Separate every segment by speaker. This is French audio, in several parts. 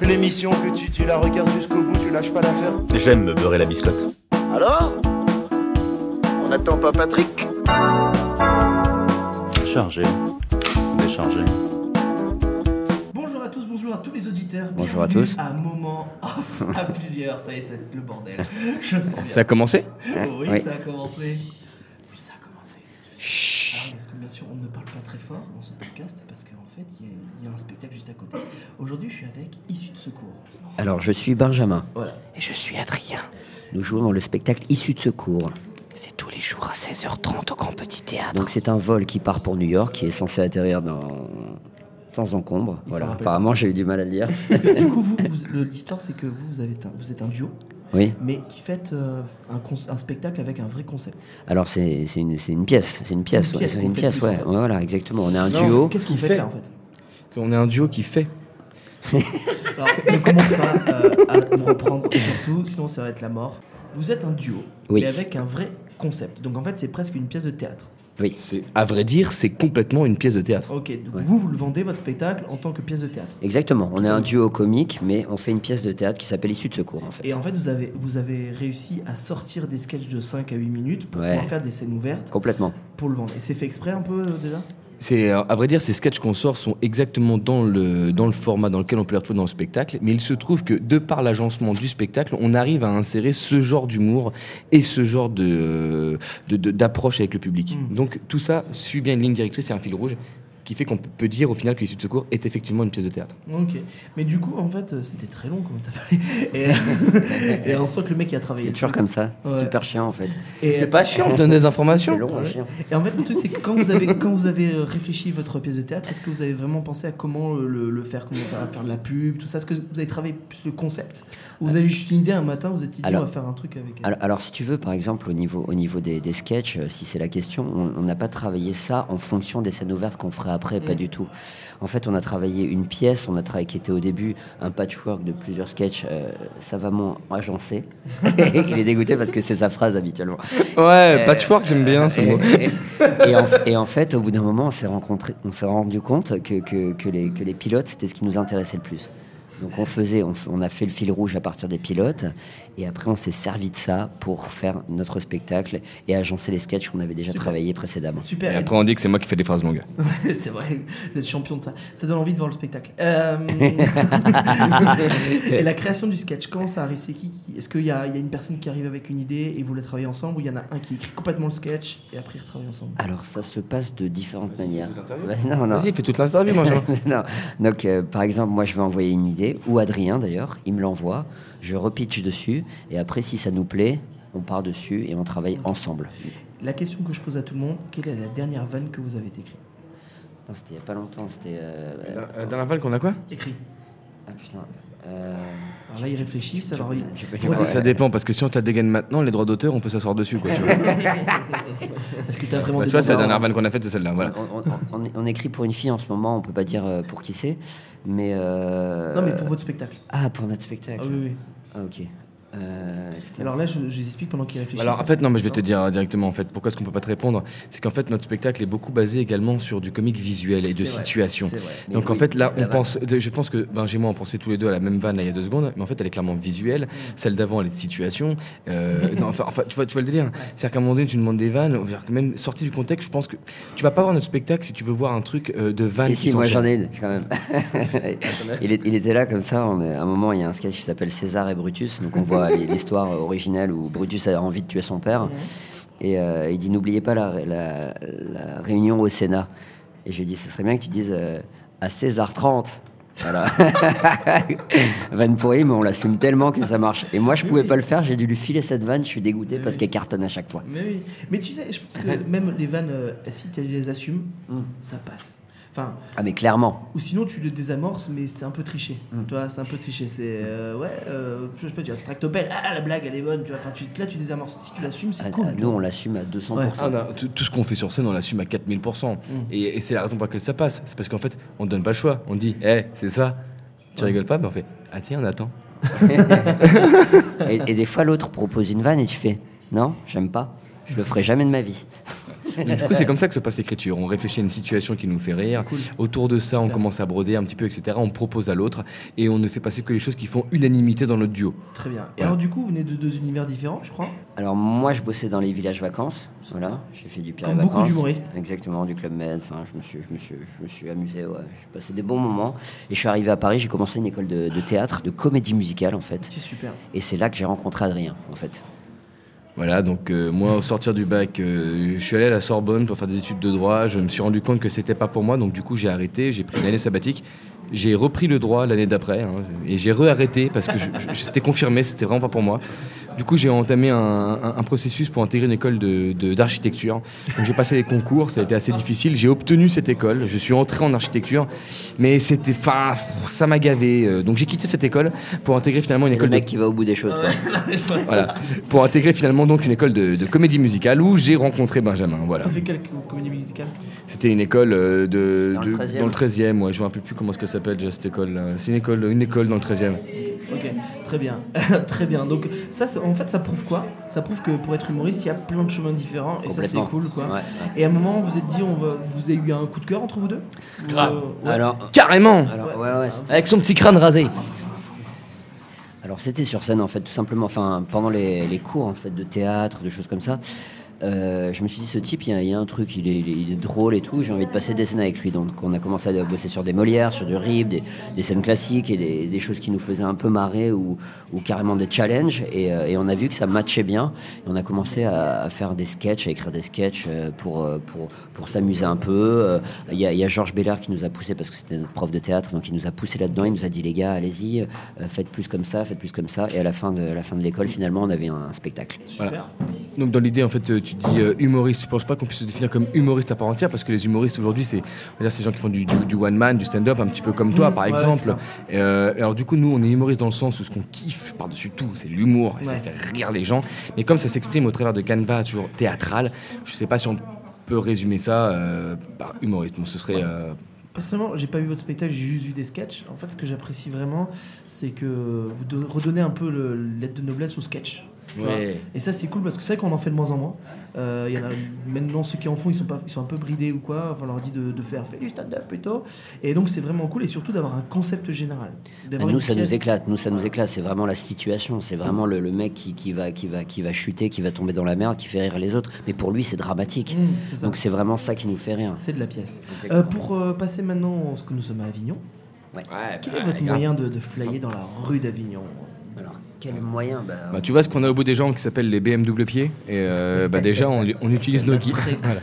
Speaker 1: L'émission que tu, tu la regardes jusqu'au bout, tu lâches pas l'affaire.
Speaker 2: J'aime me beurrer la biscotte.
Speaker 3: Alors On n'attend pas Patrick
Speaker 2: Chargé. Déchargé.
Speaker 4: Bonjour à tous, bonjour à tous les auditeurs.
Speaker 5: Bonjour à
Speaker 4: Bienvenue
Speaker 5: tous.
Speaker 4: À moment off, à plusieurs, ça y est, c'est le bordel. Je sens bien. Oh,
Speaker 5: Ça a commencé
Speaker 4: oui,
Speaker 5: Oui.
Speaker 4: ça a commencé. Oui, ça a commencé. Alors, parce que bien sûr, on ne parle pas très fort dans ce podcast parce qu'en fait, il y a- il y, a un spectacle juste à côté. Aujourd'hui, je suis avec Issue de Secours.
Speaker 5: Alors, je suis Benjamin.
Speaker 4: Voilà.
Speaker 5: Et je suis Adrien. Nous jouons dans le spectacle Issu de secours. C'est tous les jours à 16h30 au Grand Petit Théâtre. Donc, c'est un vol qui part pour New York, qui est censé atterrir dans. sans encombre.
Speaker 4: Il s'en
Speaker 5: voilà,
Speaker 4: rappelle
Speaker 5: apparemment, j'ai eu du mal à le dire.
Speaker 4: Parce que du coup, vous, vous- le- l'histoire, c'est que vous, vous, avez un- vous êtes un duo,
Speaker 5: oui.
Speaker 4: mais qui faites euh, un, cons- un spectacle avec un vrai concept.
Speaker 5: Alors, c'est c'est une, c'est une pièce. C'est une pièce.
Speaker 4: Une
Speaker 5: ouais,
Speaker 4: pièce
Speaker 5: C'est
Speaker 4: qu'on
Speaker 5: une
Speaker 4: fait
Speaker 5: pièce,
Speaker 4: plus, en
Speaker 5: ouais.
Speaker 4: fait.
Speaker 5: ouais, Voilà, exactement. On est un
Speaker 6: Non,
Speaker 5: duo.
Speaker 4: Qu'est-ce qu'on
Speaker 6: Qui
Speaker 4: fait,
Speaker 6: fait
Speaker 4: là, en fait
Speaker 6: On est un duo qui fait.
Speaker 4: Alors, ne commence pas euh, à me reprendre, surtout, sinon ça va être la mort. Vous êtes un duo,
Speaker 5: Oui.
Speaker 4: mais avec un vrai concept. Donc en fait, c'est presque une pièce de théâtre.
Speaker 5: Oui.
Speaker 6: C'est, à vrai dire, c'est complètement une pièce de théâtre.
Speaker 4: Ok, donc
Speaker 5: Ouais.
Speaker 4: vous, vous le vendez, votre spectacle, en tant que pièce de théâtre.
Speaker 5: Exactement. On est un duo comique, mais on fait une pièce de théâtre qui s'appelle Issu de secours, en fait.
Speaker 4: Et en fait, vous avez, vous avez réussi à sortir des sketchs de 5 à 8 minutes pour
Speaker 5: Ouais. Oh.
Speaker 4: pouvoir faire des scènes ouvertes
Speaker 5: Complètement.
Speaker 4: pour le vendre. Et c'est fait exprès un peu euh, déjà
Speaker 6: C'est, euh, à vrai dire, ces sketchs qu'on sort sont exactement dans le, dans le format dans lequel on peut les retrouver dans le spectacle, mais il se trouve que de par l'agencement du spectacle, on arrive à insérer ce genre d'humour et ce genre de, euh, de- de- d'approche avec le public.
Speaker 5: Hmm.
Speaker 4: Mm.
Speaker 6: Donc tout ça suit bien une ligne directrice, c'est un fil rouge qui fait qu'on peut dire au final que l'issue de secours est effectivement une pièce de théâtre.
Speaker 4: Ok. Mais du coup, en fait, euh, c'était très long, comme t'as parlé. Et, et on sent que le mec, il a travaillé.
Speaker 5: C'est toujours comme ça. C'est
Speaker 4: Ouais.
Speaker 5: Super chiant, en fait.
Speaker 4: Et-
Speaker 6: chiant, on donne des informations.
Speaker 5: C'est long, hein, chiant.
Speaker 4: Et en fait, le truc, c'est que quand vous avez, quand vous avez euh, réfléchi votre pièce de théâtre, est-ce que vous avez vraiment pensé à comment euh, le, le faire, comment faire, faire de la pub, tout ça Est-ce que vous avez travaillé plus le concept Ou vous avez juste une idée un matin, vous êtes dit,
Speaker 5: Alors-
Speaker 4: on va faire un truc avec.
Speaker 5: Alors, alors, si tu veux, par exemple, au niveau, au niveau des, des sketchs, euh, si c'est la question, on on n'a pas travaillé ça en fonction des scènes ouvertes qu'on ferait après, pas
Speaker 4: Mm.
Speaker 5: du tout. En fait, on a travaillé une pièce, on a travaillé qui était au début un patchwork de plusieurs sketchs euh, savamment agencés. Il est dégoûté parce que c'est sa phrase habituellement.
Speaker 6: Ouais,
Speaker 5: Euh,
Speaker 6: patchwork, j'aime bien ce mot.
Speaker 5: Et en, et en fait, au bout d'un moment, on s'est rencontré, on s'est rendu compte que, que, que les, que les pilotes, c'était ce qui nous intéressait le plus. Donc on faisait, on, f- on a fait le fil rouge à partir des pilotes, et après on s'est servi de ça pour faire notre spectacle et agencer les sketchs qu'on avait déjà
Speaker 4: Super.
Speaker 5: travaillés précédemment.
Speaker 6: Et
Speaker 4: Super,
Speaker 6: après on dit que c'est moi qui fais des phrases longues.
Speaker 4: Ouais, c'est vrai, vous êtes champion de ça. Ça donne envie de voir le spectacle. Euh, et la création du sketch, comment ça arrive C'est qui qui- Est-ce qu'il y a, il y a une personne qui arrive avec une idée et vous la travaillez ensemble Ou il y en a un qui écrit complètement le sketch et après ils retravaillent ensemble
Speaker 5: Alors ça se passe de différentes manières.
Speaker 6: fais toute
Speaker 5: Bah, non, non.
Speaker 6: Vas-y, fais toute l'interview, Benjamin.
Speaker 5: Non. Donc, euh, par exemple, moi, je vais envoyer une idée, ou Adrien d'ailleurs, il me l'envoie, je repitch dessus, et après, si ça nous plaît, on part dessus et on travaille ensemble.
Speaker 4: La question que je pose à tout le monde, quelle est la dernière vanne que vous avez écrite
Speaker 5: Non, C'était il n'y a pas longtemps, c'était. euh, euh,
Speaker 6: Dans la qu'on a quoi
Speaker 4: Écrit.
Speaker 5: ah putain. euh,
Speaker 4: Alors là, ils réfléchissent,
Speaker 5: tu-
Speaker 4: alors ils...
Speaker 5: tu peux- euh, tu
Speaker 4: Ouais,
Speaker 5: peux-
Speaker 6: Ah, Ça dépend, parce que si on te la dégaine maintenant, les droits d'auteur, on peut s'asseoir dessus. Quoi, tu vois. Bah,
Speaker 4: Est-ce que t'as vraiment
Speaker 6: tu
Speaker 4: des
Speaker 6: vois, c'est la
Speaker 4: devoirs
Speaker 6: dernière vanne qu'on a faite, c'est celle-là. Voilà.
Speaker 5: On, on- on- on écrit pour une fille en ce moment, on peut pas dire euh, pour qui c'est, mais. euh,
Speaker 4: Non, mais pour votre spectacle.
Speaker 5: Ah, pour notre spectacle.
Speaker 4: Ah oui, oui.
Speaker 5: Ah, ok. Euh, putain.
Speaker 4: Alors là, je, je les explique pendant qu'ils réfléchissent.
Speaker 6: Alors en fait, non, mais je vais te dire euh, directement en fait pourquoi est-ce qu'on peut pas te répondre. C'est qu'en fait, notre spectacle est beaucoup basé également sur du comique visuel et de
Speaker 4: C'est vrai,
Speaker 6: situation.
Speaker 4: c'est vrai.
Speaker 6: Donc
Speaker 5: Mais
Speaker 6: en
Speaker 5: oui,
Speaker 6: fait, là,
Speaker 5: la
Speaker 6: on pense, euh, je pense que Benjamin et moi, on pensait tous les deux à la même vanne là, il y a deux secondes, mais en fait, elle est clairement visuelle.
Speaker 5: Mm.
Speaker 6: Celle d'avant, elle est de situation. Euh, non, enfin, enfin, tu vois, tu vois le délire. C'est-à-dire qu'à un moment donné, tu demandes des vannes, on va dire que même sorti du contexte, je pense que tu vas pas voir notre spectacle si tu veux voir un truc euh, de vanne.
Speaker 5: Si, si, moi j'en ai une quand même. il, est- il était là comme ça. On est- à un moment, il y a un sketch qui s'appelle César et Brutus. Donc on voit l'histoire originelle où Brutus a envie de tuer son père. Et euh, il dit N'oubliez pas la, la- la réunion au Sénat. Et je lui ai dit Ce serait bien que tu dises euh, à César 30. Voilà. vanne pourrie, mais on l'assume tellement que ça marche. Et moi, je pouvais pas le faire. J'ai dû lui filer cette vanne. Je suis dégoûté parce qu'elle cartonne à chaque fois.
Speaker 4: Mais oui. Mais tu sais, je pense que même les vannes, euh, si tu les assumes,
Speaker 6: Mm.
Speaker 4: ça passe. Enfin,
Speaker 5: Ah, mais clairement.
Speaker 4: ou sinon tu le désamorces, mais c'est un peu triché.
Speaker 6: Mm.
Speaker 4: Tu vois, c'est un peu triché. C'est euh, ouais, euh, je sais pas, tu as tractopelle, ah la blague elle est bonne, tu vois. Enfin, tu, là tu désamorces. Si tu l'assumes,
Speaker 5: Ah,
Speaker 4: c'est cool.
Speaker 5: ah, nous, on l'assume à 200%.
Speaker 6: Ah, non, tout, tout ce qu'on fait sur scène, on l'assume à 4000%. Et, et c'est la raison pour laquelle ça passe. C'est parce qu'en fait, on ne donne pas le choix. On dit, hé, c'est ça. Tu rigoles pas, mais on fait, ah tiens, on attend.
Speaker 5: Et, et des fois, l'autre propose une vanne et tu fais Non, j'aime pas, je le ferai jamais de ma vie.
Speaker 6: Et du coup, c'est comme ça que se passe l'écriture. On réfléchit à une situation qui nous fait rire. Autour de ça, on commence à broder un petit peu, etc. On propose à l'autre et on ne fait passer que les choses qui font unanimité dans notre duo.
Speaker 4: Très bien. Et
Speaker 6: Voilà.
Speaker 4: alors, du coup, vous venez de deux univers différents, je crois.
Speaker 5: Alors moi, je bossais dans les villages vacances. Voilà, j'ai fait du pire
Speaker 4: Comme beaucoup
Speaker 5: vacances.
Speaker 4: d'humoristes.
Speaker 5: Exactement, du club med. Enfin, je me suis, je me suis, je me suis amusé. Ouais, j'ai passé des bons moments. Et je suis arrivé à Paris. J'ai commencé une école de, de théâtre, de comédie musicale en fait.
Speaker 4: C'est super.
Speaker 5: Et c'est là que j'ai rencontré Adrien, en fait.
Speaker 6: Voilà, donc euh, moi, au sortir du bac, euh, je suis allé à la Sorbonne pour faire des études de droit. Je me suis rendu compte que c'était pas pour moi, donc du coup, j'ai arrêté. J'ai pris une année sabbatique. J'ai repris le droit l'année d'après hein, et j'ai re-arrêté parce que je- je- c'était confirmé, c'était vraiment pas pour moi. Du coup, j'ai entamé un, un- un processus pour intégrer une école de- de- d'architecture. Donc, j'ai passé les concours, ça a été assez difficile. J'ai obtenu cette école, je suis entré en architecture, mais c'était, enfin, ça m'a gavé. euh, Donc, j'ai quitté cette école pour intégrer finalement une
Speaker 5: C'est le
Speaker 6: école de
Speaker 5: mec qui va au bout des choses. quoi.
Speaker 6: voilà. Pour intégrer finalement donc une école de, de comédie musicale où j'ai rencontré Benjamin. Voilà.
Speaker 4: T'as fait quelle comédie musicale
Speaker 6: C'était une école euh, de,
Speaker 5: Dans
Speaker 6: de-
Speaker 5: le 13e.
Speaker 6: dans le 13e. Ouais, je me rappelle plus comment est-ce que ça s'appelle déjà cette école. là. C'est une école, une école dans le 13e.
Speaker 4: Ok, très bien, très bien. Donc ça, c'est- en fait, ça prouve quoi Ça prouve que pour être humoriste, il y a plein de chemins différents et ça c'est
Speaker 5: Complètement.
Speaker 4: cool, quoi.
Speaker 5: Ouais, ouais.
Speaker 4: Et à un moment, vous êtes dit, on va, vous avez eu un coup de cœur entre vous deux euh, Grave.
Speaker 5: Alors,
Speaker 6: Carrément.
Speaker 5: alors, ouais, ouais.
Speaker 6: Avec son petit crâne rasé.
Speaker 5: Alors c'était sur scène en fait, tout simplement. Enfin, pendant les, les cours en fait de théâtre, de choses comme ça, euh, je me suis dit ce type, il y a, il y a un truc, il est, il est- il est drôle et tout. J'ai envie de passer des scènes avec lui. Donc on a commencé à bosser sur des Molières, sur du Rib, des, des scènes classiques et des, des choses qui nous faisaient un peu marrer ou, ou carrément des challenges. Et, euh, et on a vu que ça matchait bien. Et on a commencé à, à faire des sketchs, à écrire des sketchs euh, pour euh, pour pour s'amuser un peu. Euh, Il y a, il y a Georges Bellard qui nous a poussé parce que c'était notre prof de théâtre, donc il nous a poussé là-dedans. Il nous a dit les gars, allez-y, euh, faites plus comme ça, faites plus comme ça. Et à la fin de à la fin de l'école, finalement, on avait un, spectacle.
Speaker 6: Voilà. Donc dans l'idée en fait euh, tu dis euh, humoriste, je pense pas qu'on puisse se définir comme humoriste à part entière parce que les humoristes aujourd'hui c'est on va dire, c'est des gens qui font du, du- du one man, du stand-up un petit peu comme toi
Speaker 4: Mmh,
Speaker 6: par
Speaker 4: ouais,
Speaker 6: exemple.
Speaker 4: c'est ça.
Speaker 6: Et, euh, alors du coup nous on est humoriste dans le sens où ce qu'on kiffe par-dessus tout c'est l'humour et ça
Speaker 4: Ouais.
Speaker 6: fait rire les gens mais comme ça s'exprime au travers de canevas toujours théâtral, je sais pas si on peut résumer ça euh, par humoriste. Bon, ce serait euh,
Speaker 4: Personnellement, j'ai pas vu votre spectacle, j'ai juste vu des sketchs. En fait, ce que j'apprécie vraiment, c'est que vous don- redonnez un peu le- l'aide de noblesse au sketch. Tu vois.
Speaker 6: Ouais.
Speaker 4: Et ça, c'est cool parce que c'est vrai qu'on en fait de moins en moins. Euh, Il y en a maintenant ceux qui en font, ils sont, pas, ils sont un peu bridés ou quoi. Enfin, on leur dit de, de faire, fais du stand-up plutôt. Et donc, c'est vraiment cool et surtout d'avoir un concept général. D'avoir
Speaker 5: Bah, nous,
Speaker 4: une
Speaker 5: ça
Speaker 4: pièce-
Speaker 5: nous éclate. Nous, ça nous éclate. C'est vraiment la situation. C'est vraiment le, le mec qui, qui va qui va qui va chuter, qui va tomber dans la merde, qui fait rire les autres. Mais pour lui, c'est dramatique.
Speaker 4: Mmh, c'est ça.
Speaker 5: Donc c'est vraiment ça qui nous fait rire.
Speaker 4: C'est de la pièce.
Speaker 5: Exactement.
Speaker 4: Euh, pour euh, passer maintenant, ce que nous sommes à Avignon, quel est votre moyen de, de flyer dans la rue d'Avignon
Speaker 5: Alors quel moyen bah,
Speaker 6: Bah, tu vois ce qu'on a au bout des gens qui s'appelle les BMW pieds et euh, bah, déjà on, on utilise nos guides.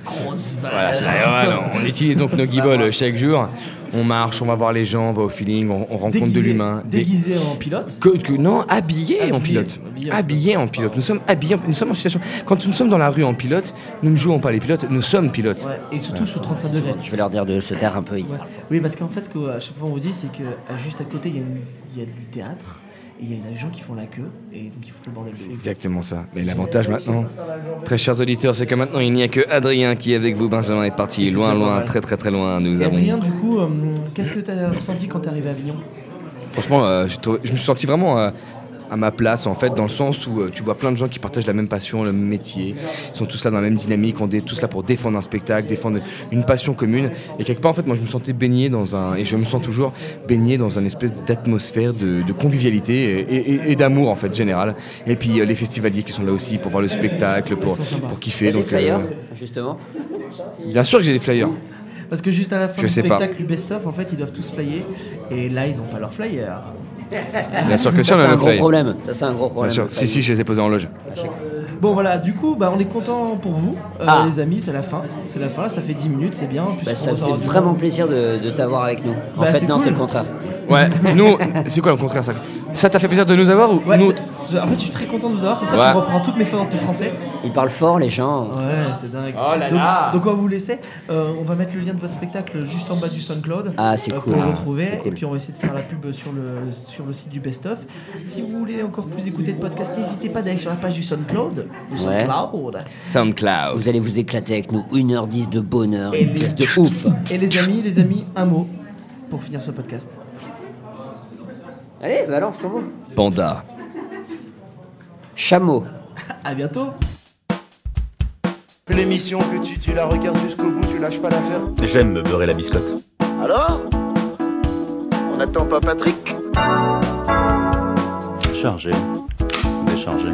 Speaker 4: Grosse vague.
Speaker 6: Voilà, c'est la
Speaker 4: hein.
Speaker 6: vanne. on utilise donc nos guibolles chaque jour. On marche, on va voir les gens, on va au feeling, on, on rencontre
Speaker 4: Déguisé-
Speaker 6: de l'humain. Des-
Speaker 4: Déguisé en pilote
Speaker 6: Que- que- non, habillés
Speaker 4: Habillé.
Speaker 6: en pilote.
Speaker 4: Habillé en
Speaker 6: Habillés en pilote. Nous sommes habillés, en- nous sommes en situation. Quand nous sommes dans la rue en pilote, nous ne jouons pas les pilotes, nous sommes pilotes.
Speaker 4: Ouais, et surtout sur 35 degrés.
Speaker 5: Je vais leur dire de se taire un peu. ils
Speaker 4: Ouais.
Speaker 5: parlent.
Speaker 4: Oui, parce qu'en fait, ce qu'à chaque fois on vous dit, c'est que à- juste à côté, il y, a une- il y a du théâtre et il y a des gens qui font la queue et donc ils font le bordel. de
Speaker 6: C'est
Speaker 4: ouf.
Speaker 6: exactement ça. Mais l'avantage maintenant, très chers auditeurs, c'est que maintenant il n'y a que Adrien qui est avec vous. Benjamin est parti
Speaker 4: C'est
Speaker 6: loin,
Speaker 4: déjà pas
Speaker 6: loin,
Speaker 4: mal.
Speaker 6: très, très, très loin. Nous
Speaker 4: Et
Speaker 6: avons.
Speaker 4: Adrien, du coup, euh, qu'est-ce que tu as ressenti quand t'es arrivé à Avignon
Speaker 6: Franchement, euh, j'ai trouvé- je me suis senti vraiment euh, à ma place, en fait, dans le sens où euh, tu vois plein de gens qui partagent la même passion, le même métier, ils sont tous là dans la même dynamique, on est tous là pour défendre un spectacle, défendre une passion commune. Et quelque part, en fait, moi, je me sentais baigné dans un, et je me sens toujours baigné dans une espèce d'atmosphère de, de convivialité et, et- et d'amour, en fait, général. Et puis, euh, les festivaliers qui sont là aussi pour voir le spectacle, pour, pour kiffer.
Speaker 5: T'as des
Speaker 6: Donc, euh,
Speaker 5: flyers, justement.
Speaker 6: bien sûr que j'ai des flyers.
Speaker 4: Parce que juste à la fin
Speaker 6: Je
Speaker 4: du
Speaker 6: sais pas.
Speaker 4: spectacle du best-of, en fait, ils doivent tous flyer et là, ils ont pas leur flyer.
Speaker 6: Bien sûr que si,
Speaker 5: Ah.
Speaker 6: on
Speaker 5: Ça, c'est
Speaker 6: a
Speaker 5: un
Speaker 6: des
Speaker 5: gros
Speaker 6: flyers.
Speaker 5: problème. Ça, c'est un gros
Speaker 6: Bien
Speaker 5: problème.
Speaker 6: sûr.
Speaker 5: le
Speaker 6: Si,
Speaker 5: flyer.
Speaker 6: si, je les ai posés en loge.
Speaker 4: Bon voilà, du coup, bah, on est content pour vous, euh,
Speaker 5: Ah.
Speaker 4: les amis, c'est la fin. C'est la fin, ça fait 10 minutes, c'est bien. Plus
Speaker 5: Bah, ça
Speaker 4: on
Speaker 5: me
Speaker 4: sort
Speaker 5: fait
Speaker 4: du-
Speaker 5: vraiment plaisir de, de t'avoir avec nous. En
Speaker 4: Bah,
Speaker 5: fait,
Speaker 4: c'est
Speaker 5: non,
Speaker 4: cool.
Speaker 5: c'est le contraire.
Speaker 6: Ouais, nous, c'est quoi le contraire ça Ça t'a fait plaisir de nous avoir ou
Speaker 4: Ouais,
Speaker 6: nous
Speaker 4: c'est- je- En fait, je suis très content de vous avoir, comme ça,
Speaker 6: Ouais.
Speaker 4: tu reprends toutes mes fautes de français.
Speaker 5: Ils parlent fort, les gens.
Speaker 4: Ouais, c'est dingue.
Speaker 6: Oh là
Speaker 4: donc,
Speaker 6: là.
Speaker 4: donc on va vous laisser. Euh, on va mettre le lien de votre spectacle juste en bas du SoundCloud.
Speaker 5: Ah, c'est
Speaker 4: euh,
Speaker 5: cool.
Speaker 4: Pour le
Speaker 5: Ah,
Speaker 4: retrouver.
Speaker 5: c'est cool.
Speaker 4: Et puis on va essayer de faire la pub sur le, sur le site du Best of. Si vous voulez encore plus écouter de podcasts, n'hésitez pas d'aller sur la page du SoundCloud. Du
Speaker 5: Ouais.
Speaker 4: SoundCloud.
Speaker 6: SoundCloud.
Speaker 5: Vous allez vous éclater avec nous. 1h10 de bonheur.
Speaker 4: Et
Speaker 5: Une
Speaker 4: les-
Speaker 5: pièce de ouf.
Speaker 4: Et les amis, les amis, un mot pour finir ce podcast.
Speaker 5: Allez, balance ton mot.
Speaker 6: Panda.
Speaker 5: Chameau.
Speaker 4: À bientôt.
Speaker 1: L'émission que tu, tu la regardes jusqu'au bout, tu lâches pas l'affaire.
Speaker 2: J'aime me beurrer la biscotte.
Speaker 3: Alors On n'attend pas Patrick
Speaker 2: Chargé, déchargé.